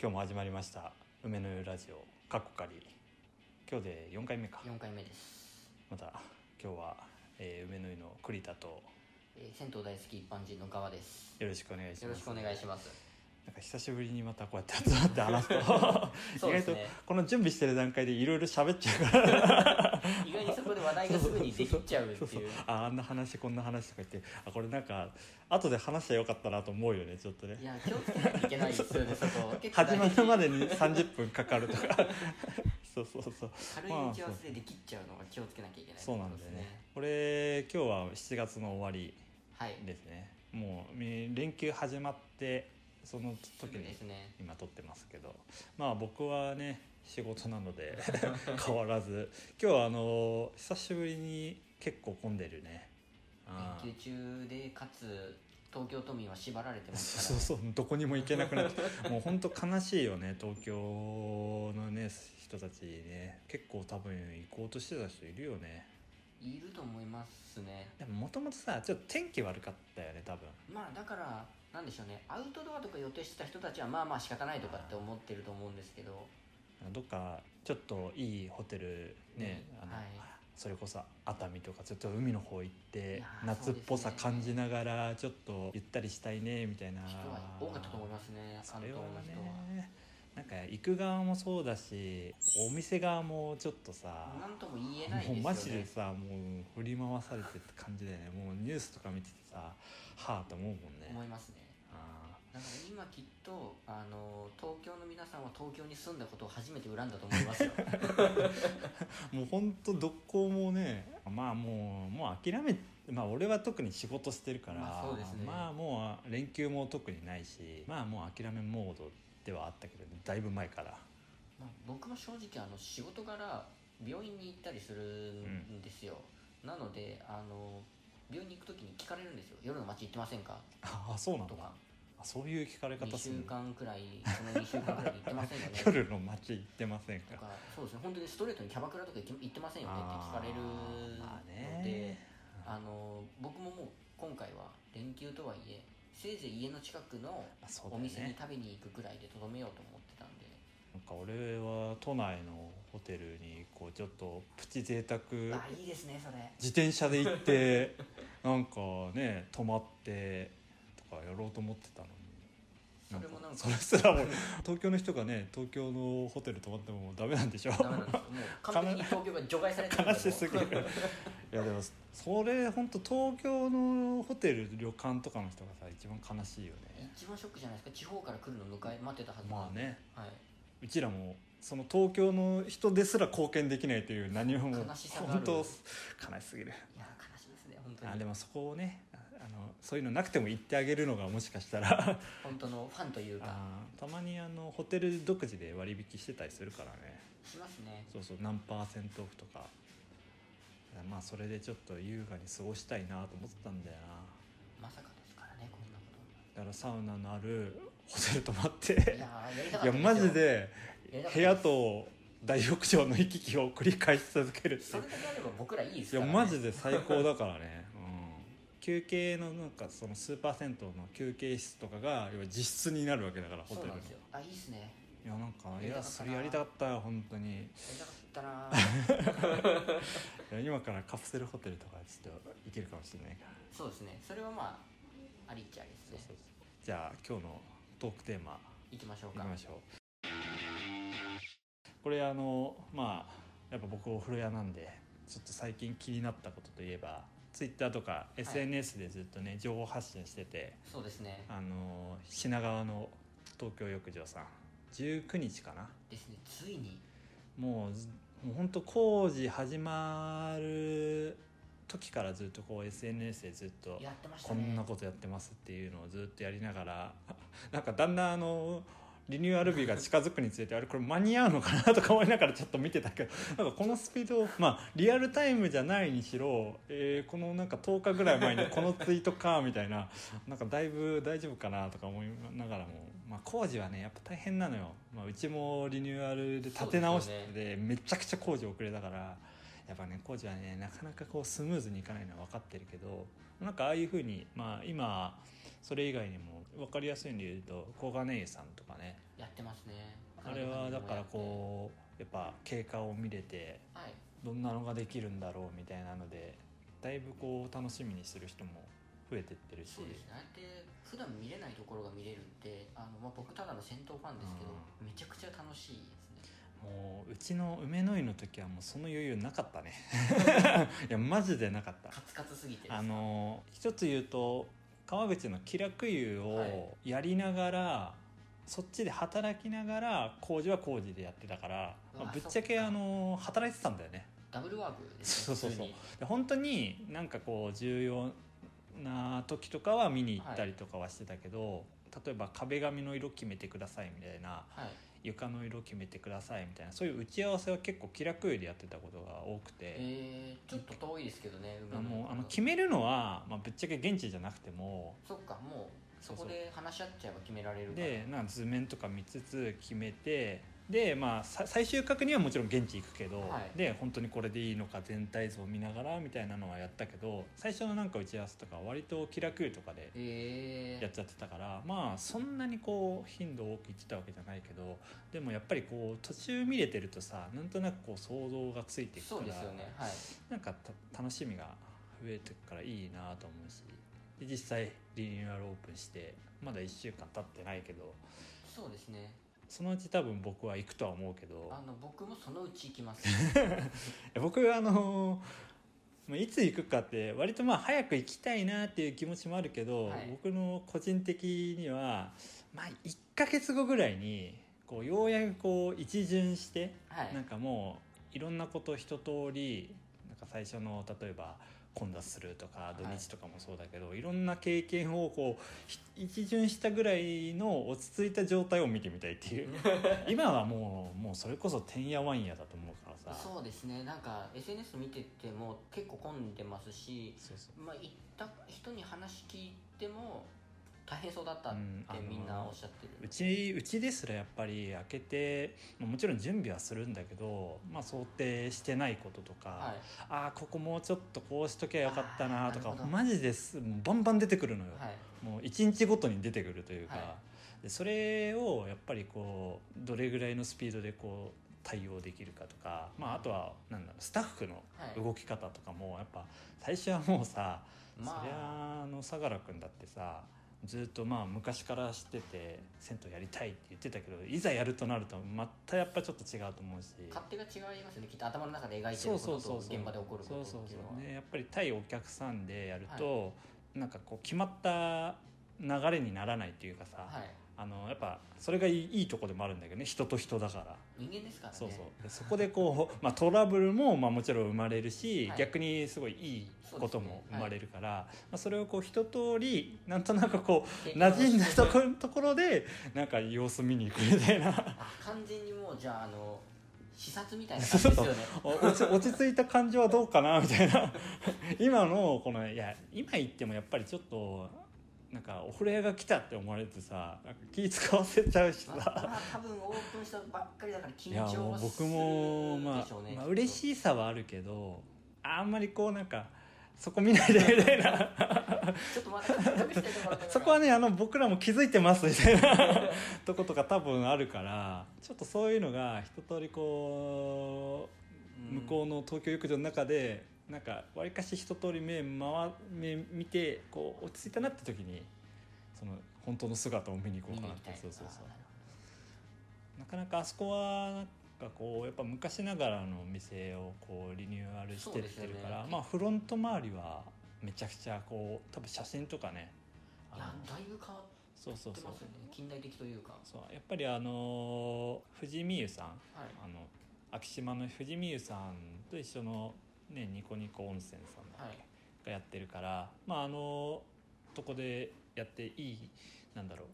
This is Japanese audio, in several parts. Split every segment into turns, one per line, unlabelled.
今日も始まりました梅の湯ラジオカッコカリ今日で4回目か
4回目です、
また今日は、えー梅の湯の栗田と
えー銭湯大好き一般人の川です
よろしくお願いし
よ
ま
ろし
す
くお願いします
なんか久しぶりにまたこうやって集まって話す と
そう
意外
です
と
ね
この準備してる段階でいろいろ喋っちゃうから
意外にそこで話題がすぐにできちゃうって
そうそう
いう
ああんな話こんな話とか言ってあこれなんか後で話したらよかったなと思うよねちょっと
い
ね
や気をつけなきゃいけないですよねそこ結構
始
大事
まるまでに30分かかるとか そうそう そう
軽い打ち合わせでできちゃうのは気をつけなきゃいけない
そうなんだよねこれ今日は7月の終わり
はい
ですねもうみ連休始まってその
特
時
にで
に
すね
今撮ってますけどまあ僕はね仕事なので 変わらず今日はあの久しぶりに結構混んでるねあー
連休中でかつ東京都民は縛られてます
そ
か
うそうそうどこにも行けなくなってもう本当悲しいよね東京のね人たちね結構多分行こうとしてた人いるよね
らいると思いますね
でももともとさちょっと天気悪かったよね多分
まあだからなんでしょうねアウトドアとか予定してた人たちはまあまあ仕方ないとかって思ってると思うんですけど
どっかちょっといいホテルね、
うん
あの
はい
それこそ熱海とかちょっと海の方行って
いやー
夏っぽさ
そうですね
感じながらちょっとゆったりしたいねみたいな
人は多かったと思いますね
そ
関
れ
東
は
の人は。
ねなんか行く側もそうだしお店側もちょっとさ
なんとも言えないですよ
も
ね
うマジでさもう振り回されてって感じだよねもうニュースとか見ててさはあと思うもん
思
ね
いますね
あ
だから今きっとあの東京の皆さんは東京に住んだことを初めて恨んだと思います よ
ーもうほんとどこもねまあもうもう諦めまあ俺は特に仕事してるから、
まあそうですね
まあもう連休も特にないしまあもう諦めモードではあったけどねだいぶ前から
まあ僕も正直あの仕事柄病院に行ったりするんですよ、なのであの病院に行く時に聞かれるんですよ夜の街行ってませんか
ああそうなん
と
だ
か
あそういう聞かれ方
2
す
週
るの
間くらいその2週間くらい行ってませんよね
夜の街行ってません
と
か
かそうですね本当にストレートにキャバクラとか行き行ってませんよねって聞かれるので、
あーまあね
あの僕ももう今回は連休とはいえせいぜい家の近くの
あそうだ
お
よね
店に食べに行くぐらいでとどめようと思ってたんで、
なんか俺は都内のホテルにこうちょっとプチ贅沢
あいいですねそれ
自転車で行ってなんかね泊まってとかやろうと思ってたのに
それもなんか
それすらも東京の人がね東京のホテル泊まってもダメなんでしょ
ダメなん ですよもう完璧に東京が除外されてるんで
悲しすぎるいやでもそれ本当東京のホテル旅館とかの人がさ一番悲しいよね
一番ショックじゃないですか地方から来るの迎え待ってたはず
まあね
はいう
ちらもその東京の人ですら貢献できないという何も
悲しさがある
本当悲しすぎる
いや悲しいですね本当
あで
に
もそこをねああのそういうのなくても言ってあげるのがもしかした ら
本当のファンというか
あーたまにあのホテル独自で割引してたりするからね
しますね
そうそう何パーセントオフとかまあそれでちょっと優雅に過ごしたいなと思ってたんだよな
まさかですからねこんなこ
だからサウナのあるホテル泊まっ
とい
て
やーやりた
い
か
や
ったん
マジ
よ
で
やりたかったです
部屋と大浴場の行き来を繰り返し続けるってい
そうれだけあれば僕らいいです
い
か
や
ら、ね、
マジで最高だから ね、うん、休憩のなんかそのスーパー銭湯の休憩室とかが要は実質になるわけだからホ
そ
テ
う
ル
な
の
ん
い
ですよあいいっすね
やなんかい
やりたか
や
ったな
それやりたかったよ本当にい
やりたかったなー
や今からカプセルホテルとかちょっと行けるかもしれないから
そうですねそれはまあありっちゃありです
そうそうそ
ね
うじゃあ今日のトークテーマ
行きましょう
いき
か
ましょうこれあのまあやっぱ僕お風呂屋なんでちょっと最近気になったことといえば Twitter とか SNS でずっとね、情報発信してて
そうですね
あの品川の東京浴場さん19日かな
ですねついに
もうずもうほんと工事始まる時からずっとこう SNS でずっと
やってました
こ
ね
んなことやってますっていうのをずっとやりながら なんかだんだんあのリニューアル日が近づくにつれてあれこれ間に合うのかなとか思いながらちょっと見てたけどなんかこのスピードまあリアルタイムじゃないにしろ、えーこのなんか10日ぐらい前にこのツイートかみたいななんかだいぶ大丈夫かなとか思いながらも、まあ、工事はねやっぱ大変なのよ、まあ、うちもリニューアルで立て直し
そう
て
です
でめちゃくちゃ工事遅れたからやっぱね工事はねなかなかこうスムーズにいかないのは分かってるけどなんかああいうふうに、まあ、今それ以外にも分かりやすいんで言うと小金井さんとかね
やってますね
あれはだからこうやっぱ経過を見れて
うはい
どんなのができるんだろうみたいなのでだいぶこう楽しみにする人も増えてってるし
そうですねああやって普段見れないところが見れるってあの、まあ、僕ただの戦闘ファンですけど、
う
めちゃくちゃ楽しいですね
もううちの梅の湯の時はもうその余裕なかったね いやマジでなかった
カツカツすぎて
あの一つ言うと川口の気楽湯
はい
をやりながら、そっちで働きながら工事は工事でやってたから、
うわ
まあぶっちゃけ
そっか
あの働いてたんだよね
ダブルワークです
そう
ね
そうそう
普通に
で本当になんかこう重要な時とかは見に行ったりとかはしてたけど、例えば壁紙の色決めてくださいみたいな
はい
床の色決めてくださいみたいなそういう打ち合わせは結構気楽湯でやってたことが多くて。
えー、ちょっと遠いですけどね
あ
梅の
の
方
あの決めるのは、まあ、ぶっちゃけ現地じゃなくても
そっかもうそ
そうそう
こで話し合っちゃえば決められるから
でなんか図面とか見つつ決めてで、まあ、さ最終確認はもちろん現地行くけど、
はい
で本当にこれでいいのか全体像を見ながらみたいなのはやったけど最初のなんか打ち合わせとかは割と気楽とかで
え
やっちゃってたからまあそんなにこう頻度多く行ってたわけじゃないけどでもやっぱりこう途中見れてるとさなんとなくこう想像がついて
ー、
くか
そう
ら
ですよねはい
なんかた楽しみが増えてくからいいなと思うしで実際リニューアルオープンしてまだ1週間経ってないけど
そうですね
そのうち多分僕は行くとは思うけど
あの僕もそのうち行 きます
え僕あのまあいつ行くかって割とまあ早く行きたいなっていう気持ちもあるけど、
はい
僕の個人的には、まあ、1ヶ月後ぐらいにこうようやくこう一巡して
はい
なんかもういろんなこと一通りなんか最初の例えば混雑するとか
い
土日とかもそうだけど、い、ろんな経験をこうひ一巡したぐらいの落ち着いた状態を見てみたいって いう今はもうもうそれこそてんやわんやだと思うからさ
そうですねなんか SNS 見てても結構混んでますし、
そうそう
まあ、行った人に話聞いても大変そうだったって
うんあのー
みんなおっしゃってる、
うちうちですらやっぱり開けてまあもちろん準備はするんだけど、まあ、想定してないこととか、
はい
ああここもうちょっとこうしときゃよかったなと
あ
か
ーなるほど
マジですもうバンバン出てくるのよ。
はい
もう1日ごとに出てくるというか、
は
でそれをやっぱりこうどれぐらいのスピードでこう対応できるかとか、まあ、あとはなんだろうスタッフの
はい
動き方とかもやっぱ最初はもうさ、そり
ま
ゃあの相良君だってさずっとまあ昔から知ってて銭湯やりたいって言ってたけどいざやるとなるとまたやっぱちょっと違うと思うし。
あ勝手が違いますねきっと頭の中で描いて
そ
る
う
こ
そ
と
うそう
と
そう
現場で起こること
そう
って
そ
いう
う
のは
そうねやっぱり対お客さんでやると、なんかこう決まった流れにならないっていうかさ、
はい
あのやっぱそれがいいいいとこでもあるんだけどね人と人だから、
人間ですからね
そうそうでそこでこう、まあ、 トラブルも、まあ、もちろん生まれるし、
はい
逆にすごいいいこと
そう
も
ですね
生まれるからまあ、それをこう一通りなんとなくこう
経験を
馴染んだ
して
とここところでなんか様子見に行くみたいな。
あ完全にもうじゃああの視察みたいな感じですよね
お落ち落ち着いた感じはどうかなみたいな 今のこのいや今言ってもやっぱりちょっとなんかお風呂屋が来たって思われてさなんか気使わせちゃうし
まあ
さ
まあ多分オープンしたばっかりだから緊
いや
張
も
は
う
する
僕もま
でしょうね
あ、まあ、
きっと
嬉しさはあるけどあんまりこうなんかそこ見ないでみたい な
ちょっとまだ隠してるところだから
そこはねあの僕らも気づいてますみたいな とことか多分あるからちょっとそういうのが一通りこう向こうの東京浴場の中でなんかわりかし一通り目回目見てこう落ち着いたなって時にその本当の姿を見に行こ
見
うか
に行
なっ
き
て
たい
そうそうそ
あなる
うなかなかあそこはなんかこうやっぱ昔ながらのお店をこうリニューアルしてってるから、
そうですよね
まあフロント周りはめちゃくちゃこう多分写真とかね
ほどいや
あの
だいぶ変わっ
そうそう
て
そう
ますよね近代的というか
そうやっぱりあの藤井美優さん
はい
あの昭島の富士見湯さんと一緒の、ね、ニコニコ温泉さんだっ
はい
けがやってるから、まあ、あのとこでやっていいなんだろう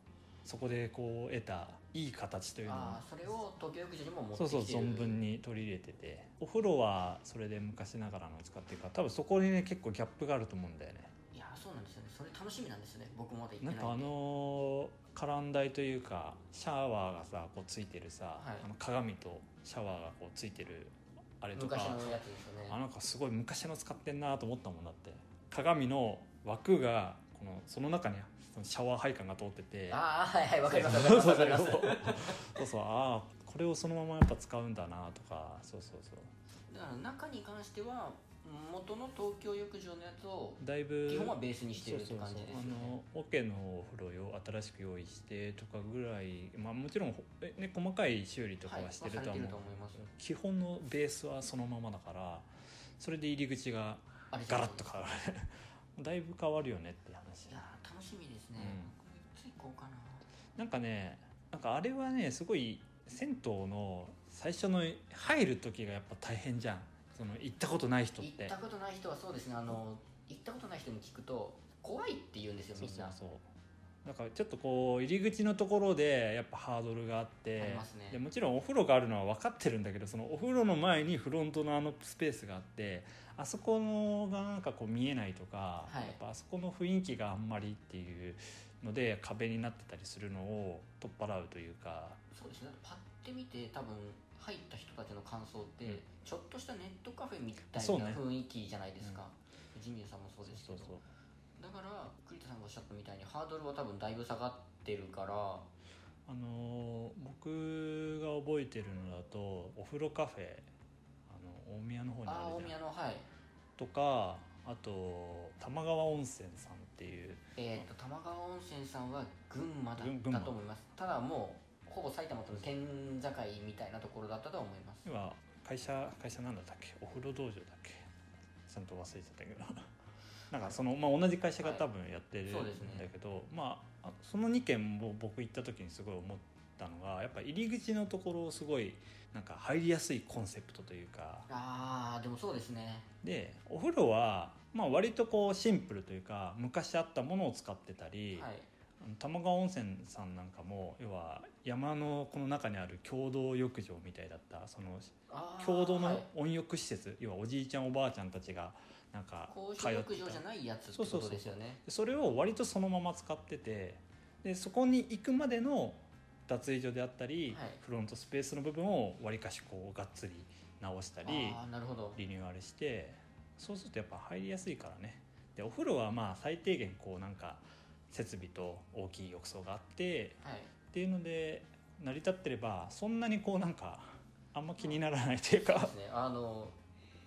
そこでこう得たいい形というのを
ああそれを東京浴場にも持って
そう
きて
そ
る
う存分に取り入れててお風呂はそれで昔ながらのを使ってるから多分そこにね結構ギャップがあると思うんだよね。
いやそうなんですよねそれ楽しみなんですよね僕もまだ行って
な
ない
ん
んで
かあのカラン台というかシャワーがさこうついてるさ、
はい
あの鏡とシャワーがこうついてるあれとか
昔のやつですよね
あなんかすごい昔の使ってんなと思ったもんだって鏡の枠がこのその中にそのシャワー配管が通ってて
ああはいはいわかります
そうそ
わ
う
か
そう
ります
そうそうそうああこれをそのままやっぱ使うんだなとかそうそうそう
だから中に関しては元の東京浴場のやつを
だいぶ
基本はベースにしてるって
そうそう
感
そう
じですよ
あ
ね
の桶のお風呂を新しく用意してとかぐらいまあもちろんほえね細かい修理とかはしてるとは思う、
はいまあされてると思います
基本のベースはそのままだからそれで入り口が
あれじゃ
ガ
な
ラ
い
ッと変わる だいぶ変わるよねって話
いやー楽しみですね、
うん
僕もいつ行こうかな
なんかねなんかあれはねすごい銭湯の最初の入る時がやっぱ大変じゃんその行ったことない人っ
行ってたことない人はそうですねあの行ったことない人に聞くと怖いって言うんですよ
そ
み
うんそ
な
うそうなんかちょっとこう入り口のところでやっぱハードルがあって
ありますね
でもちろんお風呂があるのは分かってるんだけどそのお風呂の前にフロントのあのスペースがあってあそこのがなんかこう見えないとか、
はい
やっぱあそこの雰囲気があんまりっていうので壁になってたりするのを取っ払うというか
そうですねだってパッて見て多分入った人たちの感想って、
うん
ちょっとしたネットカフェみたい
そう
な
ね
雰囲気じゃないですか、ジミーさんもそうですけ
そ
ど
うそう
だから栗田さんがおっしゃったみたいにハードルは多分だいぶ下がってるから
あのー僕が覚えてるのだとお風呂カフェあの大宮の方に
あ
あ
あ大
るじゃ
宮
ん
のはい
とかあと玉川温泉さんっていう
えっ、と玉川温泉さんは群馬だ
群
っ
群馬
たと思いますただもうほぼ埼玉との県境みたいなところだったとは思います
今会社会社なんだったっけお風呂道場だっけちゃんと忘れちゃったけど なんかその、まあ、同じ会社が多分やってるん
はいそうですね
だけど、まああその2件も僕行った時にすごい思ったのがやっぱ入り口のところをすごいなんか入りやすいコンセプトというか
ああでもそうですね
でお風呂は、まあ、割とこうシンプルというか昔あったものを使ってたり、
はい
あの玉川温泉さんなんかも要は山のこの中にある共同浴場みたいだったその
あー
共同
は
の
い
温浴施設、要はおじいちゃんおばあちゃんたちがなんか
公
通
衆
っ
浴
て
場じゃ
た
ないやつって
そう
こ
そうそ
と
う
ですよね
それを割とそのまま使っててでそこに行くまでの脱衣所であったり、
はい
フロントスペースの部分を割かしこうがっつり直したり
ああなるほど
リニューアルしてそうするとやっぱ入りやすいからねでお風呂はまあ最低限こうなんか設備と大きい浴槽があって
はい
っていうので成り立ってればそんなにこうなんかあんま気にならないというか
ですねあの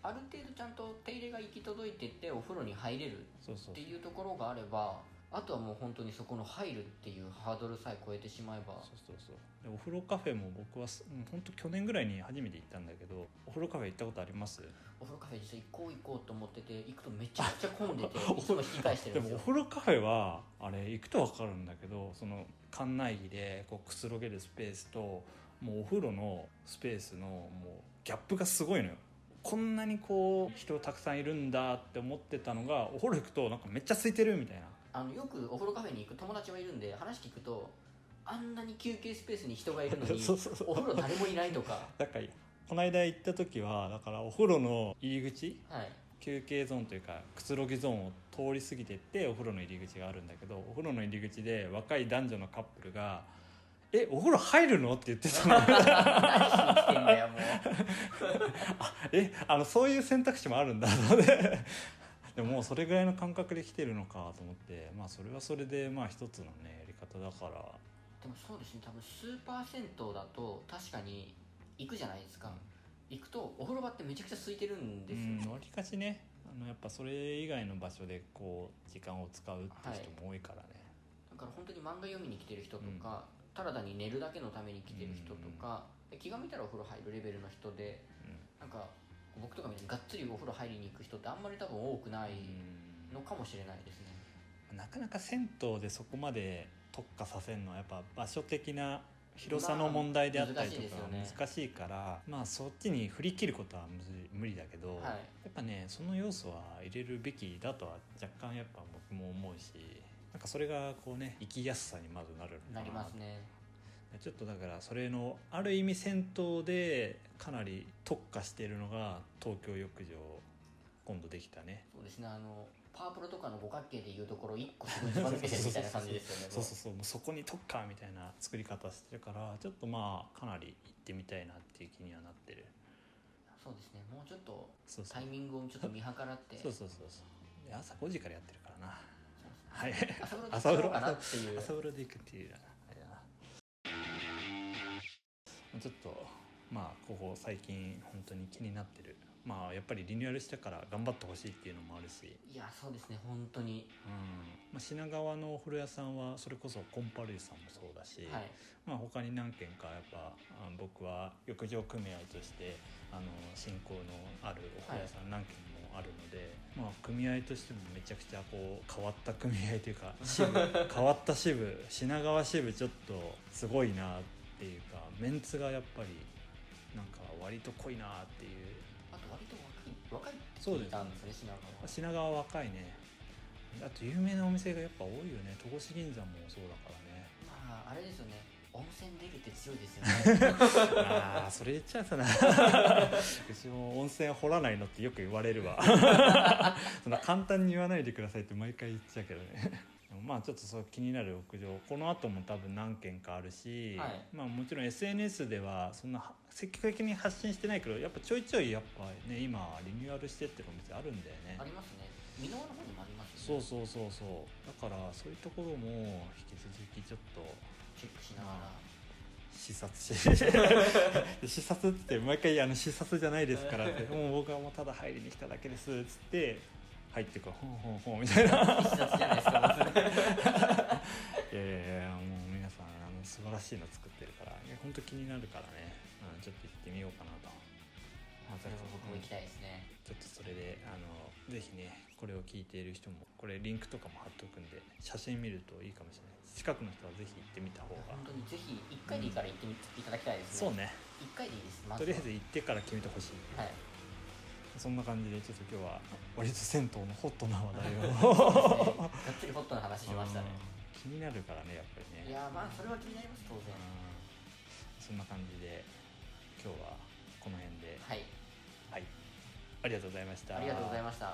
ある程度ちゃんと手入れが行き届いててお風呂に入れる
そうそう
っていうところがあればあとはもう本当にそこの入るっていうハードルさえ超えてしまえば
そうそうそうでお風呂カフェも僕はすうんほんと去年ぐらいに初めて行ったんだけどお風呂カフェ行ったことあります
お風呂カフェ実際行こう行こうと思ってて行くとめちゃくちゃ混んでていつも引き返して
で
るんです
もお
よ
風呂カフェはあれ行くと分かるんだけどその館内着でこうくつろげるスペースともうお風呂のスペースのもうギャップがすごいのよこんなにこう人たくさんいるんだって思ってたのがお風呂行くとなんかめっちゃ空いてるみたいな
あのよくお風呂カフェに行く友達はいるんで話聞くとあんなに休憩スペースに人がいるのに
そうそうそう
お風呂誰もいない とか
なんかこの間行った時はだからお風呂の入り口
はい
休憩ゾーンというかくつろぎゾーンを通り過ぎてってお風呂の入り口があるんだけどお風呂の入り口で若い男女のカップルが「えお風呂入るの?」って言ってたの
何しに来てんだよもう
えあのそういう選択肢もあるんだ のででももうそれぐらいの感覚で来てるのかと思ってまあそれはそれでまあ一つのねやり方だから
でもそうですね多分スーパー銭湯だと確かに行くじゃないですか、行くとお風呂場ってめちゃくちゃ空いてるんですよ、
うんわりかしねあのやっぱそれ以外の場所でこう時間を使うっていう人も多いからね、
だから本当に漫画読みに来てる人とか、ただ単に寝るだけのために来てる人とか、で気が向いたらお風呂入るレベルの人でなんか僕とかみたいにがっつりお風呂入りに行く人ってあんまり多分多くない
うん
のかもしれないですね、
なかなか銭湯でそこまで特化させるのはやっぱ場所的な広さの問題であったりとか
まあ難しいですよね
難しいからまあそっちに振り切ることはむず無理だけど、
は
や
い
っぱねその要素は入れるべきだとは若干やっぱ僕も思うしなんかそれがこうね生きやすさにまずなるのか
なりますね
ちょっとだからそれのある意味銭湯でかなり特化しているのが東京浴場今度できたね
そうですねあのパワープロとかの五角形でいうところ1個すごいずば抜けてるみたいな感じですよね
そうそうそうもうそこに特化みたいな作り方してるからちょっとまあかなり行ってみたいなっていう気にはなってる
そうですねもうちょっと
そうそ
タ
う
イミングをちょっと見計らって
そうそうそうそうで朝5時からやってるからなはい
朝風呂
朝風呂
かなっていう
朝風呂で行くっていうあれだなちょっとまあここ最近本当に気になってるまあやっぱりリニューアルしてから頑張ってほしいっていうのもあるし、
いやそうですね本当に
うんまあ、品川のお風呂屋さんはそれこそコンパルイさんもそうだし、
はい
まあ、他に何軒かやっぱあの僕は浴場組合としてあの信仰のあるお風呂屋さん何軒もあるので、まあ、組合としてもめちゃくちゃこう変わった組合というか支部 変わった支部品川支部ちょっとすごいなっていうかメンツがやっぱりなんか割と濃いなっていう
あと割と若い若いって
そう
聞
で
い
す
たんですね品川は
品川若いねあと有名なお店がやっぱ多いよね戸越銀座もそうだからね
まああれですよね温泉出るって強いですよ ね
ああそれ言っちゃう となうちも温泉掘らないのってよく言われるわそんな簡単に言わないでくださいって毎回言っちゃうけどね でもまあちょっとそう気になる屋上この後も多分何件かあるし、
はい
まあもちろん SNS ではそんなは積極的に発信してないけどやっぱちょいちょいやっぱね今リニューアルしてってるお店あるんだよね
ありますね箕輪の方にもあります
そ
よ
う
ね
そうそうそうだからそういうところも引き続きちょっと
チェックしながら
視察し 視察って毎回あの視察じゃないですからってもう僕はもうただ入りに来ただけですっつって入ってくるほんほんほんみ たいない
必殺じゃないですかまず
やいやいやもう皆さんあの素晴らしいの作ってるからいや本当気になるからね、うん、ちょっと行ってみようかなと
まあそれは僕も行きたいですね
ちょっとそれであのぜひねこれを聞いている人もこれリンクとかも貼っとくんで写真見るといいかもしれない近くの人はぜひ行ってみた方
い
が
や本当にぜひ一回でいいから行ってみていただきたいです
そう
ね
ね
一回でいいですまず
とり
は
あえず行ってから決めてほしい
はい
そんな感じでちょっと今日は割と銭湯のホットな話題を
ね がっつりホットな 話しましたね
気になるからねやっぱり
い
ね
やーまあそれは気になります当然
うんそんな感じで今日はこの辺で
はい
はいありがとうございました
ありがとうございました